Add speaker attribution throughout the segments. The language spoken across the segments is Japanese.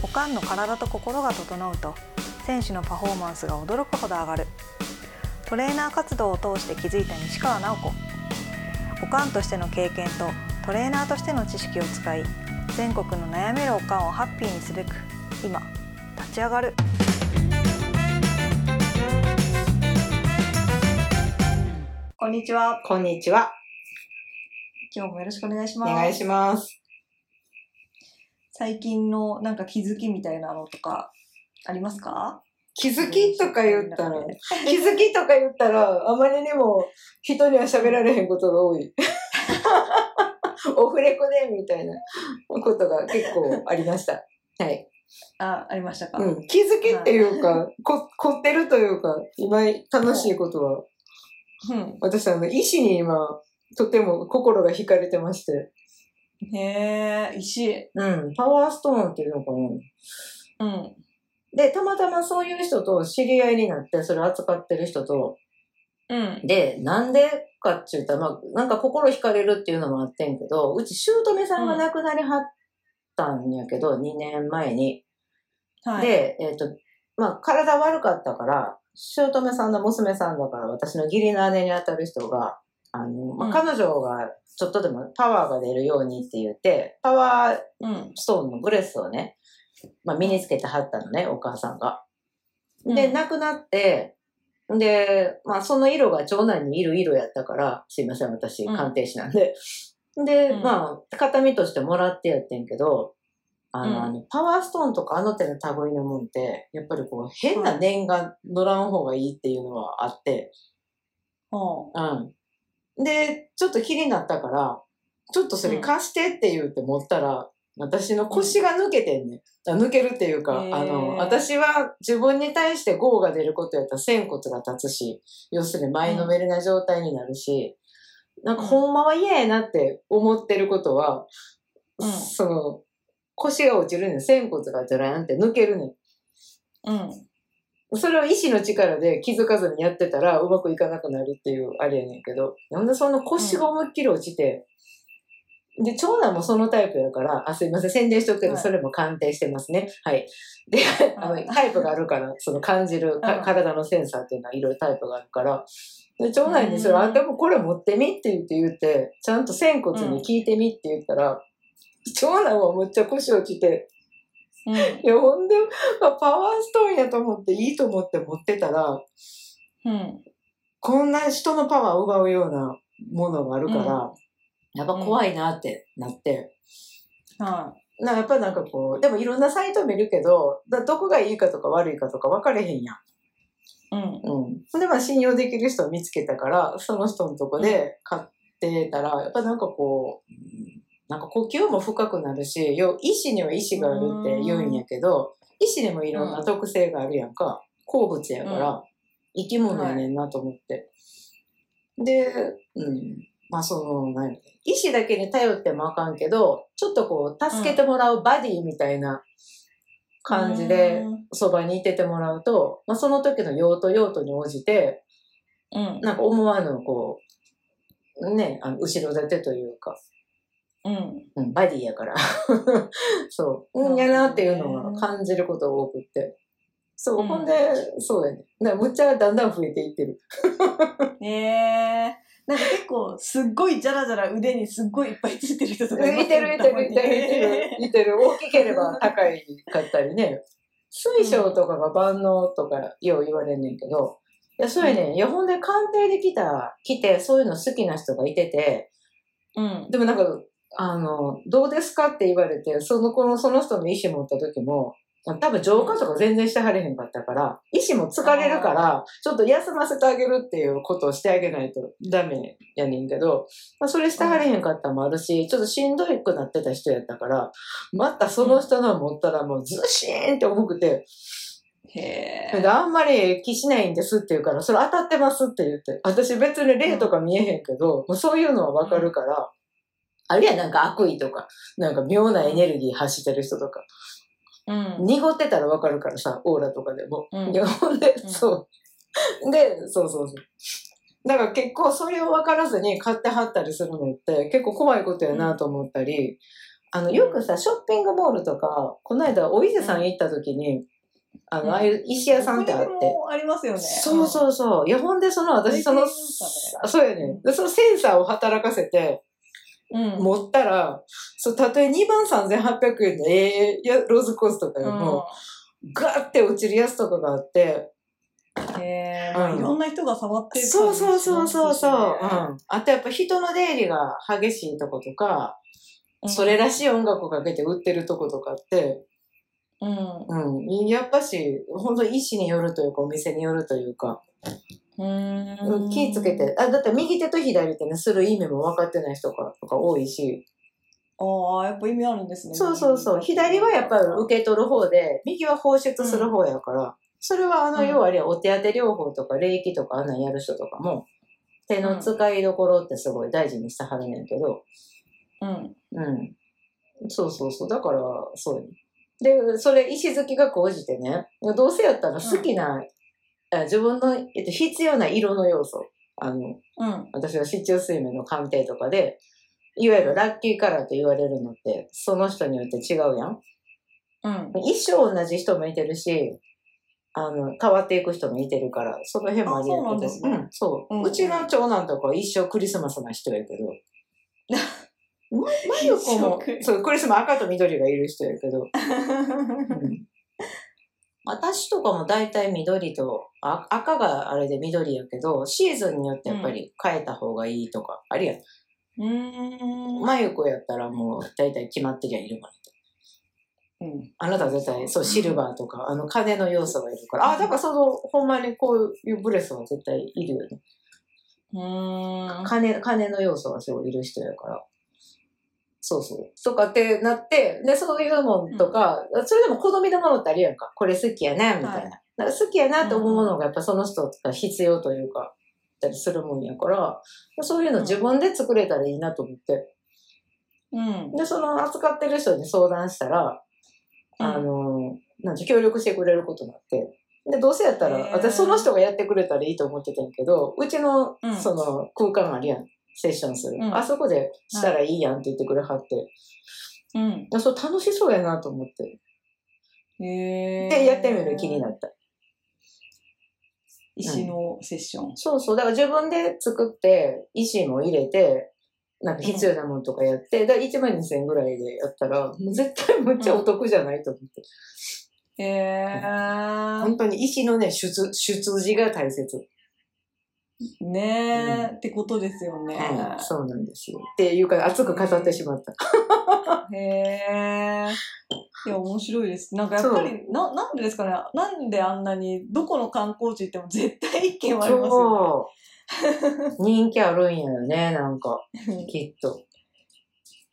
Speaker 1: 股間の体と心が整うと選手のパフォーマンスが驚くほど上がるトレーナー活動を通して気づいた西川直子おかんとしての経験とトレーナーとしての知識を使い全国の悩めるおかんをハッピーにすべく今立ち上がるこんにちは
Speaker 2: こんにちは。
Speaker 1: 今日もよろしくお願いし
Speaker 2: お
Speaker 1: ます
Speaker 2: 願いします。
Speaker 1: 最近のなんか気づきみたいなのとかありますか
Speaker 2: 気づきとか言ったら
Speaker 1: う、ん
Speaker 2: 気づきとか言ったら、あまりにも人には喋られへんことが多い。オフレコでみたいなことが結構ありました。はい。
Speaker 1: あありましたか、
Speaker 2: うん。気づきっていうか、こ、凝ってるというか、今楽しいことは、
Speaker 1: う
Speaker 2: 私あの、医師に今、とても心が惹かれてまして。
Speaker 1: ん、へえ石
Speaker 2: うん。パワーストーンっていうのかな
Speaker 1: うん
Speaker 2: で、たまたまそういう人と知り合いになって、それ扱ってる人と、
Speaker 1: うん
Speaker 2: で、なんでかって言ったら、まあ、なんか心惹かれるっていうのもあってんけど、うち姑さんが亡くなりはったんやけど、2年前に。
Speaker 1: はい
Speaker 2: で、えっ、と、まあ、体悪かったから、姑さんの娘さんだから、私の義理の姉にあたる人が、あの、まあ
Speaker 1: うん
Speaker 2: 彼女がちょっとでもパワーが出るようにって言って、パワー
Speaker 1: うん
Speaker 2: ストーンのブレスをね、まあ、身につけてはったのね、お母さんが。で、
Speaker 1: うん
Speaker 2: 亡くなって、で、まあ、その色が長男にいる色やったから、すいません、私、
Speaker 1: うん
Speaker 2: 鑑定士なんで。で、
Speaker 1: うん
Speaker 2: まあ、形見としてもらってやってんけど、あの、
Speaker 1: うん
Speaker 2: あのパワーストーンとかあの手の類のもんって、やっぱりこう、変な念が乗らん方がいいっていうのはあって、
Speaker 1: ほ
Speaker 2: うん。で、ちょっと気になったから、ちょっとそれ貸してって言うて持ったら、私の腰が抜けてんね、ん。あ抜けるっていうか、
Speaker 1: へー
Speaker 2: あの、私は自分に対して号が出ることやったら仙骨が立つし、要するに前のめりな状態になるし、なんかほんまは嫌やなって思ってることは、
Speaker 1: うん
Speaker 2: その、腰が落ちるねん。仙骨がじゃらんって抜けるねん。
Speaker 1: ううん
Speaker 2: それを意志の力で気づかずにやってたらうまくいかなくなるっていうあれやねんけど、なんでそんな腰が思いっきり落ちて、で、長男もそのタイプやから、あ、すいません、宣伝しとくけど、
Speaker 1: はい
Speaker 2: それも鑑定してますね。はい。で、あの、タイプがあるから、その感じるか
Speaker 1: うん
Speaker 2: 体のセンサーっていうのはいろいろタイプがあるから、で、長男にそれ、
Speaker 1: うん
Speaker 2: あ、でもこれ持ってみって言って言って、ちゃんと仙骨に聞いてみって言ったら、長男はむっちゃ腰落ちて、
Speaker 1: うん
Speaker 2: いや、ほんで、まあパワーストーンやと思って、いいと思って持ってたら、
Speaker 1: うん
Speaker 2: こんな人のパワーを奪うようなものがあるから、やっぱ怖いなってなって。
Speaker 1: は
Speaker 2: なやっぱなんかこう、でもいろんなサイト見るけど、だどこがいいかとか悪いかとか分かれへんやん。
Speaker 1: いうん
Speaker 2: うん。それでまあ信用できる人を見つけたから、その人のとこで買ってたら、やっぱなんかこう、うんなんか呼吸も深くなるし、よ意志には意志があるって言うんやけど、意志にもいろんな特性があるやんか、鉱物やから、
Speaker 1: う
Speaker 2: 生き物やねんなと思って。で、うん。まあその、何意志だけに頼ってもあかんけど、ちょっとこう、助けてもらうバディみたいな感じで、そばにいててもらうと、まあ、その時の用途用途に応じて、
Speaker 1: うん
Speaker 2: なんか思わぬ、こう、ね、あの後ろ盾というか、
Speaker 1: うん
Speaker 2: うん、バディやから。 そう。
Speaker 1: なるほど
Speaker 2: うん、
Speaker 1: ね
Speaker 2: やなっていうのが感じることが多くって。そう、
Speaker 1: うん
Speaker 2: ほんで、そうやね。だからむっちゃだんだん増えていってる。
Speaker 1: ねえなんか結構すっごいじゃらじゃら腕にすっごいいっぱいついてる人
Speaker 2: い
Speaker 1: とか
Speaker 2: てる、いてる、いてる、いてる、いて
Speaker 1: る
Speaker 2: る。いてる大きければ高いかったりね。水晶とかが万能とかよう言われんねんけど、いや、そうやねん。いや、ほんで、鑑定で来た、来て、そういうの好きな人がいてて、
Speaker 1: うん
Speaker 2: でもなんか、あの、どうですかって言われて、その子の、その人の意思持った時も、多分浄化とか全然してはれへんかったから、意思も疲れるから、ちょっと休ませてあげるっていうことをしてあげないとダメやねんけど、まあ、それしてはれへんかったのもあるし、ちょっとしんどいくなってた人やったから、またその人の持ったらもうずしーんって重くて、
Speaker 1: へえ
Speaker 2: であんまり気しないんですって言うから、それ当たってますって言って。私別に霊とか見えへんけど、もうそういうのはわかるから、あるいはなんか悪意とか、なんか妙なエネルギー発してる人とか、
Speaker 1: うん
Speaker 2: 濁ってたらわかるからさ、オーラとかでも。
Speaker 1: うん
Speaker 2: いや、ほんで、
Speaker 1: うん
Speaker 2: そう。で、そうそうそう。だから結構それを分からずに買ってはったりするのって結構怖いことやなと思ったり、あの、よくさ、ショッピングモールとか、この間、お伊勢さん行った時に、あ
Speaker 3: うん
Speaker 2: の、ああいう石屋さんってあっ
Speaker 3: どこにで
Speaker 2: て。
Speaker 3: もありますよね。
Speaker 2: そう
Speaker 3: うん。
Speaker 2: そうそう。いや、ほんで、その、私、その、
Speaker 3: センサ
Speaker 2: そうやね。でそのセンサーを働かせて、
Speaker 3: うん。
Speaker 2: 持ったら、そう、たとえ2万3800円の、ええやローズコースとか
Speaker 3: う
Speaker 2: で
Speaker 3: ん
Speaker 2: も、ガーって落ちるやつとかがあって、
Speaker 3: へ
Speaker 2: う
Speaker 3: ー
Speaker 2: ん
Speaker 3: いろんな人が触ってる感じ
Speaker 2: そうそうそうそう
Speaker 3: し
Speaker 2: そう、う
Speaker 3: ますしね
Speaker 2: ん。あとやっぱ人の出入りが激しいとことか、それらしい音楽をかけて売ってるとことかって、
Speaker 3: うん。
Speaker 2: うん、やっぱし、本当に意思によるというか、お店によるというか、
Speaker 3: う
Speaker 2: うん気ぃつけ。て、あ、だって右手と左手にする意味も分かってない人がとか多いし、
Speaker 3: ああ、やっぱ意味あるんですね。
Speaker 2: そうそうそう、左はやっぱり
Speaker 3: う
Speaker 2: 受け取る方で、右は放出する方やから、それはあの、
Speaker 3: うん
Speaker 2: 要はあれやお手当て療法とか、霊気とかあんなんやる人とかも、手の使いどころってすごい大事にしてはるねんけど、
Speaker 3: ん。
Speaker 2: うん。そうそうそう。だから、そうよで、それ、石好きが講じてね、どうせやったら好きな、あ自分の、えっと、必要な色の要素。あの、
Speaker 3: うん。
Speaker 2: 私は市中水面の鑑定とかで、いわゆるラッキーカラーと言われるのって、その人によって違うやん。
Speaker 3: うん。
Speaker 2: 一生同じ人もいてるし、あの、変わっていく人もいてるから、その辺もありやけど
Speaker 3: あそうなんですね
Speaker 2: うん、そう、
Speaker 3: う
Speaker 2: うんちの長男とかは一生クリスマスな人やけ ど。ま、マユコ
Speaker 3: 一生
Speaker 2: も
Speaker 3: ク、リ
Speaker 2: そう、クリスマス赤と緑がいる人やけど。うん私とかも大体緑と、あ赤があれで緑やけど、シーズンによってやっぱり変えた方がいいとか、あるやん。
Speaker 3: うーん。
Speaker 2: マユコやったらもう大体決まってりゃいるから。
Speaker 3: うん。
Speaker 2: あなたは絶対、そう、シルバーとか、あの、金の要素がいるから。あ、だからその、ほんまにこういうブレスは絶対いるよね。
Speaker 3: うーん。
Speaker 2: 金、金の要素がすごいいる人やから。そうそう。とかってなって、で、そういうもんとか、それでも好みのものってあるやんか。これ好きやな、みたいな。
Speaker 3: はい
Speaker 2: だから好きやなと思うものがやっぱその人が必要というか、だったりするもんやから、そういうの自分で作れたらいいなと思って。
Speaker 3: うん。
Speaker 2: で、その扱ってる人に相談したら、
Speaker 3: うん
Speaker 2: あの、なんて協力してくれることになって。で、どうせやったら
Speaker 3: へ、ー
Speaker 2: 私その人がやってくれたらいいと思ってたんやけど、うちの
Speaker 3: うん、
Speaker 2: その空間あるやん。セッションする。
Speaker 3: うん
Speaker 2: あそこでしたらいいやんって言ってくれはって。
Speaker 3: うん。
Speaker 2: でそれ楽しそうやなと思って。
Speaker 3: へえ。
Speaker 2: で、やってみる気にな
Speaker 3: る。
Speaker 2: った。
Speaker 3: 石のセッション。
Speaker 2: そうそう。だから自分で作って、意思も入れて、なんか必要なものとかやって、だから1万2000円ぐらいでやったら、もう絶対むっちゃお得じゃないと思って。
Speaker 3: へえ。
Speaker 2: 本当に石のね、出、出自が大切。
Speaker 3: ねえ。ってことですよね。
Speaker 2: はい、そうなんですよ。っていうか、熱く語ってしまった。
Speaker 3: へえ。いや、面白いです。なんかやっぱり、な、なんでですかね。なんであんなに、どこの観光地行っても絶対一軒はありますよ
Speaker 2: そう。人気あるんやよね、なんか、
Speaker 3: ね。
Speaker 2: きっと。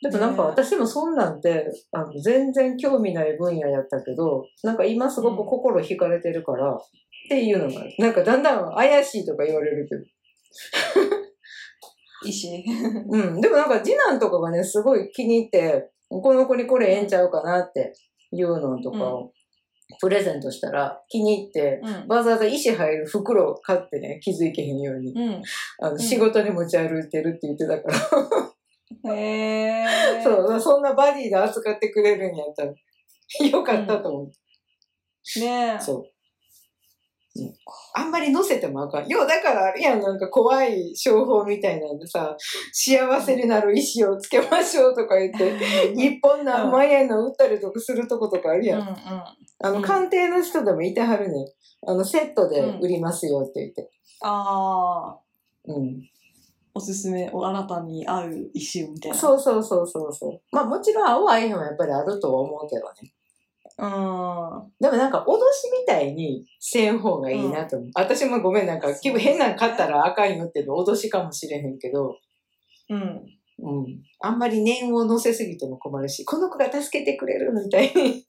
Speaker 2: でもなんか私もそんなんて、あの全然興味ない分野やったけど、なんか今すごく心惹かれてるから、っていうのがある、なんかだんだん怪しいとか言われるけど。
Speaker 3: 石。
Speaker 2: うん。でもなんか次男とかがね、すごい気に入って、この子にこれええんちゃうかなっていうのとかをプレゼントしたら気に入って、
Speaker 3: うん。
Speaker 2: わざわざ石入る袋を買ってね、気づいけへんように、
Speaker 3: うん。
Speaker 2: あの、
Speaker 3: ん
Speaker 2: 仕事に持ち歩いてるって言ってたから、
Speaker 3: へえ。
Speaker 2: そう、そんなバディで扱ってくれるんやったら、 よかったと思う。
Speaker 3: ねえ。
Speaker 2: そう、うんあんまり乗せてもあかん。よう、だからあれやん、なんか怖い商法みたいなんでさ、幸せになる石をつけましょうとか言って、一本何万円の売ったりとかするとことかあるやん。
Speaker 3: あ
Speaker 2: あ
Speaker 3: う
Speaker 2: の、
Speaker 3: ん
Speaker 2: 鑑定の人でもいてはるねん。あの、セットで売りますよって言って。
Speaker 3: あー、
Speaker 2: うん
Speaker 3: おすすめ、おあなたに合う石みたいな。う。
Speaker 2: そうそうそうそうそう。まあもちろん青合いのもやっぱりあるとは思うけどね。
Speaker 3: うん。あ
Speaker 2: でもなんか脅しみたいにせん方がいいなと思う。私もごめんなんか気分変なん買ったらあかんよっていうの脅しかもしれへんけど、
Speaker 3: うん。
Speaker 2: うん。あんまり念を乗せすぎても困るし、この子が助けてくれるみたいに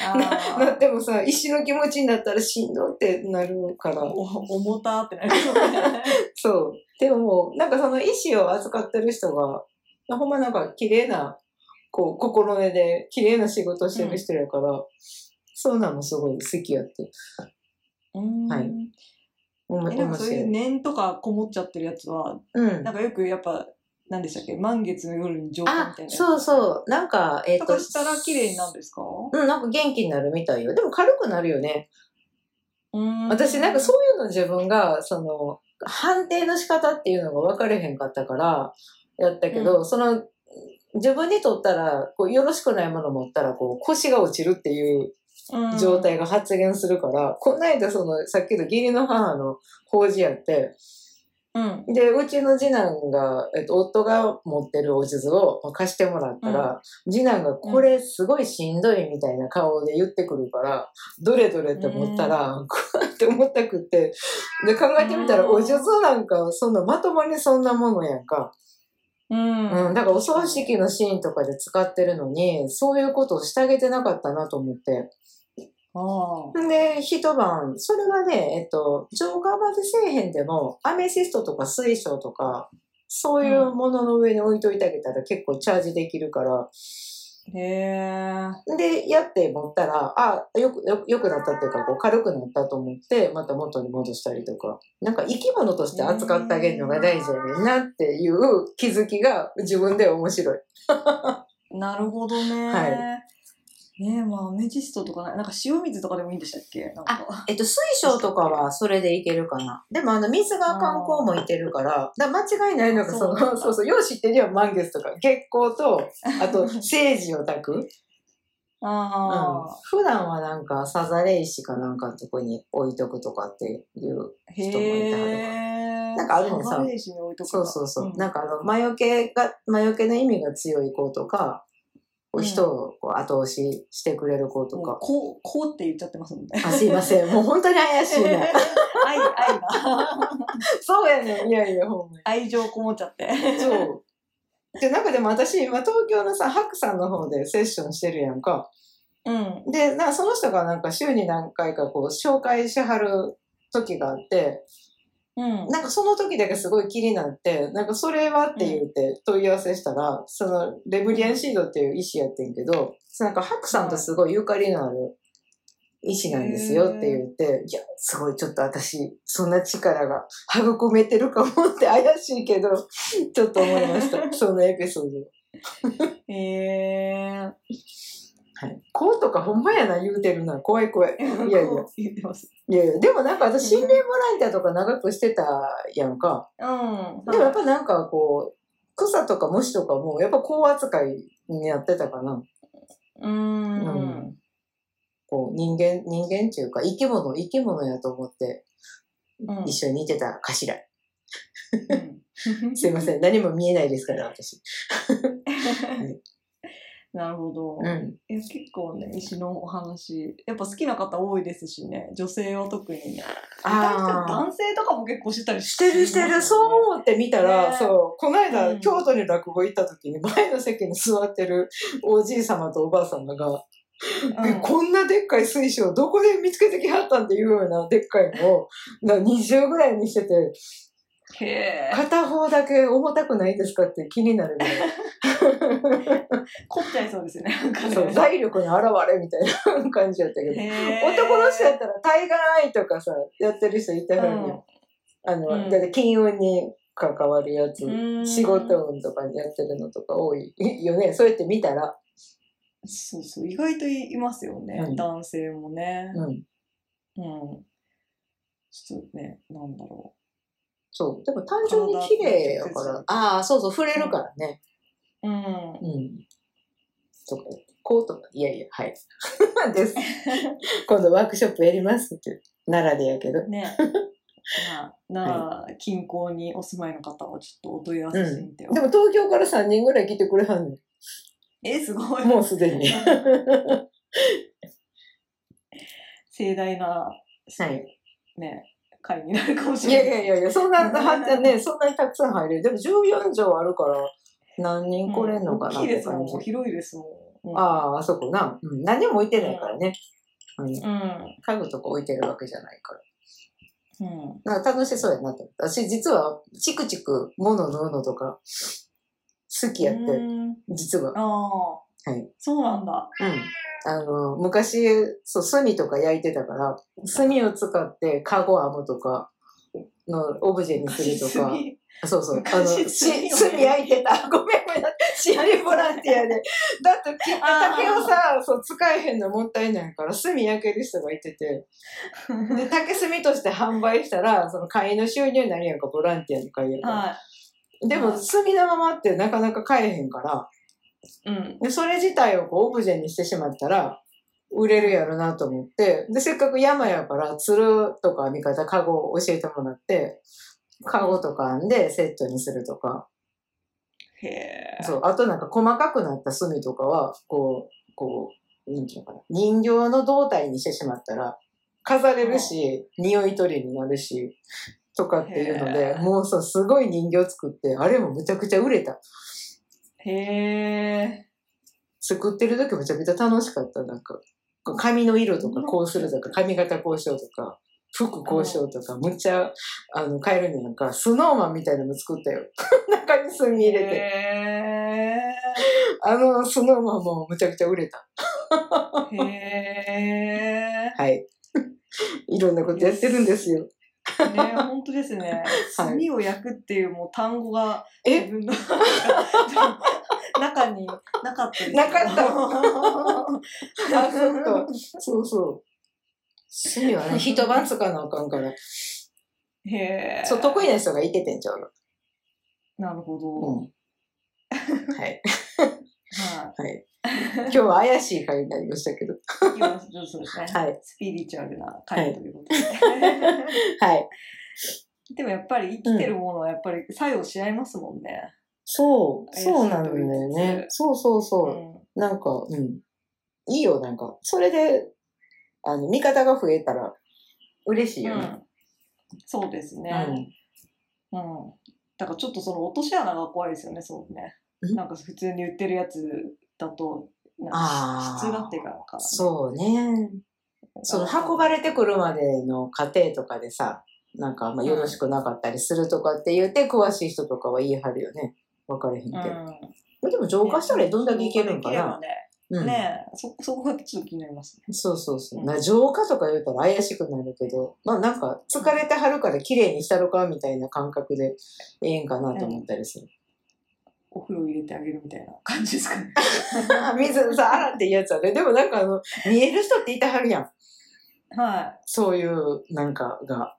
Speaker 3: あ
Speaker 2: な
Speaker 3: ー
Speaker 2: ってもさ、一種の気持ちになったらしんどってなるから。
Speaker 3: お重たってなりそう ね。
Speaker 2: そう。でも、なんかその意思を扱ってる人が、ほんまなんか綺麗な、こう、心根で綺麗な仕事してる人やから、そうなのすごい好きやって。
Speaker 3: うん
Speaker 2: はいえ
Speaker 3: えなんかそういう念とかこもっちゃってるやつは、
Speaker 2: うん
Speaker 3: なん。かよくやっぱ、何でしたっけ満月の夜に浄化み
Speaker 2: あ
Speaker 3: たい、な。
Speaker 2: そうそう。なんか、えっ、
Speaker 3: と
Speaker 2: と
Speaker 3: か、したら綺麗になるんですか
Speaker 2: うん、なんか元気になるみたいよ。でも軽くなるよね。私なんかそうういうの自分が、その、判定の仕方っていうのが分かれへんかったから、やったけど、その、自分にとったら、こう、よろしくないもの持ったら、こう、腰が落ちるっていう
Speaker 3: うん
Speaker 2: 状態が発現するから、こないだその、さっきの義理の母の法事やって、
Speaker 3: うん。
Speaker 2: で、うちの次男が、えっと、夫が持ってるお地図をまあ貸してもらったら、次男がこれすごいしんどいみたいな顔で言ってくるから、どれどれって思ったら、こうやって思ったくって、で、考えてみたら、
Speaker 3: うん
Speaker 2: お地図なんか、そんなまともにそんなものやんか。
Speaker 3: うん。
Speaker 2: うん、だからお葬式のシーンとかで使ってるのに、そういうことをしてあげてなかったなと思って。
Speaker 3: あ
Speaker 2: で、一晩、それはね、えっと、浄化までせえへんでも、アメシストとか水晶とか、そういうものの上に置いといてあげたら結構チャージできるから。
Speaker 3: あ。へえ。
Speaker 2: で、やって持ったら、あ、よく、よくよくなったっていうか、こう軽くなったと思って、また元に戻したりとか。なんか生き物として扱ってあげるのが大事やねんなっていう気づきが自分で面白い。
Speaker 3: なるほどね。
Speaker 2: はい
Speaker 3: ねえ、まあ、アメジストとかな、なんか塩水とかでもいいんでしたっけなんか。
Speaker 2: えっと、水晶とかはそれでいけるかな。でも、あの、水が観光もいけるから、だから間違いないのが、そ
Speaker 3: そう
Speaker 2: の、そ
Speaker 3: なん
Speaker 2: う
Speaker 3: だ
Speaker 2: そうよう知ってるよ、満月とか。月光と、あと、聖児を炊く。うん。
Speaker 3: ああ、
Speaker 2: 普段はなんか、さざれ石かなんかのとこに置いとくとかっていう。
Speaker 3: へ
Speaker 2: 人もいてはるか
Speaker 3: え。
Speaker 2: なんかあるのさ
Speaker 3: サガレーシに置いとく
Speaker 2: そうそうそう。なん
Speaker 3: か、
Speaker 2: か、あの、魔除けが、魔除けの意味が強い子とか、こ
Speaker 3: う
Speaker 2: う
Speaker 3: ん
Speaker 2: 人をこう後押ししてくれる子と
Speaker 3: もう
Speaker 2: か。
Speaker 3: こう、こうって言っちゃってますもんね。
Speaker 2: あ、すいません。もう本当に怪しいな。
Speaker 3: 愛、愛が。
Speaker 2: そうやねん。いやいや、ほんまに。
Speaker 3: 愛情こもっちゃって。
Speaker 2: そう。で、なんかでも私、今東京のさ、白さんの方でセッションしてるやんか。
Speaker 3: うん。
Speaker 2: で、なんかその人がなんか週に何回かこう、紹介しはる時があって、
Speaker 3: うん。
Speaker 2: なんかその時だけすごい気になって、なんかそれはって言って問い合わせしたら、そのレブリアンシードっていう医師やってんけど、なんか白さんとすごいゆかりのある医師なんですよって言って、いや、すごいちょっと私、そんな力が育めてるかもって怪しいけど、 ちょっと思いました。そのエピソード。
Speaker 3: へえ。
Speaker 2: はい、こうとかほんまやな言うてるな怖い怖いいやいや
Speaker 3: こう言ってます。
Speaker 2: いやいやでもなんか私心霊ボランティアとか長くしてたやんか
Speaker 3: うん。
Speaker 2: でもやっぱなんかこう草とか虫とかもやっぱこう扱いにやってたかな
Speaker 3: うん。うん
Speaker 2: こう人間人間っていうか生き物生き物やと思って
Speaker 3: うん
Speaker 2: 一緒にいてたかしら、すいません何も見えないですから私
Speaker 3: なるほど。
Speaker 2: うん
Speaker 3: え結構ね石のお話やっぱ好きな方多いですしね女性は特にね
Speaker 2: ああ
Speaker 3: 男性とかも結構知ったり
Speaker 2: してるしてるそう思って見たら、
Speaker 3: ね
Speaker 2: そうこの間、
Speaker 3: うん
Speaker 2: 京都に落語行った時に前の席に座ってるおじい様とおばあ様が
Speaker 3: う、う
Speaker 2: え
Speaker 3: ん、
Speaker 2: こんなでっかい水晶どこで見つけてきはったんっていうようなでっかいのをな20ぐらいにしてて
Speaker 3: へえ
Speaker 2: 片方だけ重たくないですかって気になる ぐらい
Speaker 3: 凝っちゃいそうですよねなんかね
Speaker 2: そう財力の表れみたいな感じやったけど
Speaker 3: へえ
Speaker 2: 男の人やったら対岸愛とかさやってる人いたのに、
Speaker 3: うん
Speaker 2: あの、
Speaker 3: うん
Speaker 2: だって金運に関わるやつ、
Speaker 3: うん
Speaker 2: 仕事運とかにやってるのとか多いよねそうやって見たら、
Speaker 3: そうそう意外といますよね、
Speaker 2: うん
Speaker 3: 男性もね
Speaker 2: うん、
Speaker 3: うんちょっとねなんだろ
Speaker 2: そうでも単純に綺麗やか
Speaker 3: 体
Speaker 2: らああそうそう触れるからね、
Speaker 3: ううん
Speaker 2: うん。とか、こうとか、いやいや、はい。 です。今度ワークショップやりますって。奈良でやけど。
Speaker 3: ねまあなあ、近郊にお住まいの方はちょっとお問い合わせしてみてよ、
Speaker 2: でも東京から3人ぐらい来てくれはんね
Speaker 3: えすごい
Speaker 2: ん。もうすでに。は
Speaker 3: 盛大な、
Speaker 2: い。
Speaker 3: ね、会になるかもし
Speaker 2: い
Speaker 3: れな
Speaker 2: や
Speaker 3: い。
Speaker 2: いやいやいや、そんな、はね、そんなにたくさん入れる。でも14畳あるから、何人来れんのかな
Speaker 3: うん大
Speaker 2: っ
Speaker 3: きいで
Speaker 2: て
Speaker 3: すも
Speaker 2: 感
Speaker 3: ん、
Speaker 2: じ。
Speaker 3: 広いですもん。うん、
Speaker 2: ああ、あそこな。うん、何も置いてないからね。あの
Speaker 3: うん。
Speaker 2: 家具とか置いてるわけじゃないから。
Speaker 3: うん。
Speaker 2: なんか楽しそうやなと思った。私実はチクチク物縫うのとか好きやって、
Speaker 3: うん
Speaker 2: 実は。
Speaker 3: ああ、
Speaker 2: はい。うん。
Speaker 3: そうなんだ。
Speaker 2: あの、昔、そう、炭とか焼いてたから、炭を使ってカゴ編むとか、のオブジェにするとか。そうそう。あの、
Speaker 3: 昔
Speaker 2: し、
Speaker 3: 罪を
Speaker 2: 炭焼いてた。ごめんごめん。心理ボランティアで。だって、切った竹をさ、そう、使えへんのもったいないから、炭焼ける人がいてて。で、竹炭として販売したら、その会員の収入になるやんか、ボランティアの会員やから。
Speaker 3: は
Speaker 2: でも、炭のままってなかなか買えへんから、
Speaker 3: い。うん。
Speaker 2: で、それ自体をこう、オブジェにしてしまったら、売れるやろなと思って、で、せっかく山やから、鶴とか見方、カゴを教えてもらって、カゴとか編んでセットにするとか、
Speaker 3: へえ。
Speaker 2: そう。あとなんか細かくなった炭とかは、こう、こう、なんていうのかな。人形の胴体にしてしまったら、飾れるし、匂い取りになるし、とかっていうの
Speaker 3: へ
Speaker 2: で、
Speaker 3: ー
Speaker 2: もうそう、すごい人形作って、あれもむちゃくちゃ売れた。
Speaker 3: へえ。
Speaker 2: 作ってる時むちゃくちゃ楽しかった。なんか、こう髪の色とか
Speaker 3: うん
Speaker 2: こうするとか、髪型こうしようとか、服こうしようとか、むっちゃ、あの、買えるんやんか、スノーマンみたいなの作ったよ。 中に炭入れて。
Speaker 3: へ
Speaker 2: あの、スノーマンもむちゃくちゃ売れた。
Speaker 3: え。へえ。
Speaker 2: はい。 いろんなことやってるんですよ。
Speaker 3: ね、本当ですね。炭を焼くっていうもう単語が
Speaker 2: え
Speaker 3: 自分の 中になかったですけど
Speaker 2: な かったあ、そっか。 そうそう。趣味はね、一晩使わなあかんから。
Speaker 3: へえ。
Speaker 2: そう、得意な人がいててんちゃう
Speaker 3: なるほど。
Speaker 2: の。うん。はい。
Speaker 3: は
Speaker 2: はい。今日は怪しい回になりましたけど。
Speaker 3: い。今、そうですね。
Speaker 2: はい。
Speaker 3: スピリチュアルな会ということで。
Speaker 2: はい。
Speaker 3: でもやっぱり生きてるものはやっぱり作用し合いますもんね。
Speaker 2: そう、
Speaker 3: 怪しい
Speaker 2: そうなんだよね。そうそうそうう。なんか、うん。いいよ、なんか。それで、あの、味方が増えたら、嬉しい
Speaker 3: ん。う
Speaker 2: よね。
Speaker 3: ん。そうです
Speaker 2: う
Speaker 3: ね。うん。だからちょっとその落とし穴が怖いですよね、そうね。
Speaker 2: ん
Speaker 3: なんか普通に売ってるやつだと、なん
Speaker 2: あ
Speaker 3: か
Speaker 2: ー
Speaker 3: 質がっていうか、なんか
Speaker 2: そうね。その運ばれてくるまでの過程とかでさ、なんかあんまよろしくなかったりするとかって言って、詳しい人とかは言い張るよね。分かれへんけ
Speaker 3: う
Speaker 2: ど。
Speaker 3: ん。
Speaker 2: でも浄化したらどんだけいけるんか
Speaker 3: 浄化
Speaker 2: な。
Speaker 3: できれ
Speaker 2: う
Speaker 3: ば
Speaker 2: ん、
Speaker 3: ね。ねえそ、そこがちょっと気になりますね。
Speaker 2: そうそうそう。な浄化とか言うたら怪しくなるけど、まあなんか疲れてはるから綺麗にしたろかみたいな感覚でええんかなと思ったりする。
Speaker 3: お風呂入れてあげるみたいな感じですかね。
Speaker 2: 水さ、洗っていいやつはね。でもなんかあの、見える人っていてはるやん。
Speaker 3: は
Speaker 2: そういう、なんか、が。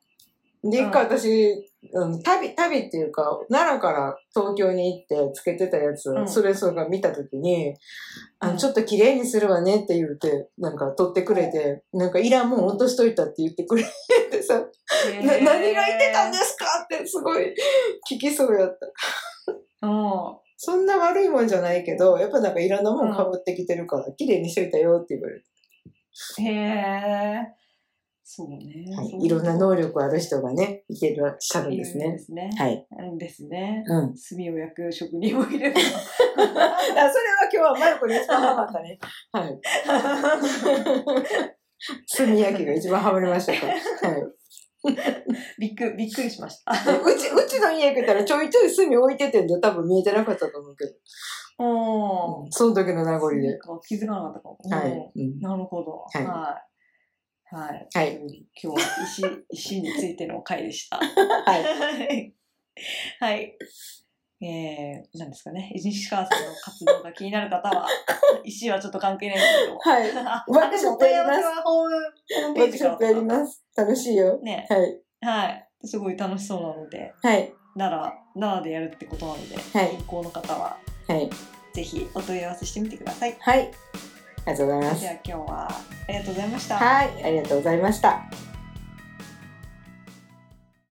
Speaker 2: で、
Speaker 3: うん
Speaker 2: 一回私、うん、旅、旅っていうか、奈良から東京に行ってつけてたやつ、
Speaker 3: うん
Speaker 2: それそれが見たときに、あ
Speaker 3: うん。
Speaker 2: の、ちょっと綺麗にするわねって言うて、なんか取ってくれて、なんかいらんもん落としといたって言ってくれてさ、ない 何が言ってたんですかってすごい聞きそうやった。
Speaker 3: うん。
Speaker 2: そんな悪いもんじゃないけど、やっぱなんかいろんなもん被ってきてるから、綺麗にしといたよって言われて、
Speaker 3: へえ。そうね。
Speaker 2: はい
Speaker 3: そう
Speaker 2: いろんな能力ある人がね、いてらっしゃるん
Speaker 3: いるん
Speaker 2: ですね
Speaker 3: で。すね。
Speaker 2: はい。
Speaker 3: うんですね。
Speaker 2: うん。
Speaker 3: 炭を焼く職人もいれば。
Speaker 2: あそれは今日はマヨコに一番ハマったね。はい。炭焼きが一番ハマりましたから。 はい。
Speaker 3: びっくびっくりしました。
Speaker 2: うち、うちの家来たらちょいちょい炭置いててんで多分見えてなかったと思うけ
Speaker 3: う
Speaker 2: ど。
Speaker 3: ん。
Speaker 2: その時の名残で。
Speaker 3: そうか気づかなかったかも。
Speaker 2: は
Speaker 3: うん
Speaker 2: い。うん
Speaker 3: なるほど。
Speaker 2: はい
Speaker 3: はい。はい。
Speaker 2: はい
Speaker 3: 今日は石、 石についての回でした。
Speaker 2: はい。
Speaker 3: はい。 はい。えー、なんですかね。石川さんの活動が気になる方は、 石はちょっと関係ないですけ ど。
Speaker 2: はい。
Speaker 3: あ
Speaker 2: ワーク
Speaker 3: で
Speaker 2: ショッ
Speaker 3: もお
Speaker 2: プ
Speaker 3: 問い
Speaker 2: や
Speaker 3: 合わ
Speaker 2: りま
Speaker 3: せ
Speaker 2: す
Speaker 3: はホーム、ホーム
Speaker 2: ワ
Speaker 3: ペー
Speaker 2: ー
Speaker 3: ジ
Speaker 2: ク
Speaker 3: か
Speaker 2: シ
Speaker 3: ら
Speaker 2: ョップやります。楽しいよ。
Speaker 3: ね。
Speaker 2: はい。
Speaker 3: はい。すごい楽しそうなので、
Speaker 2: はい。
Speaker 3: 奈良、奈良でやるってことなので、
Speaker 2: はい
Speaker 3: 銀行の方は、
Speaker 2: はい。
Speaker 3: ぜひお問い合わせしてみてください。
Speaker 2: はい。ありがとうございま。
Speaker 3: ですは今日はありがとうございました。
Speaker 2: はい。ありがとうございました。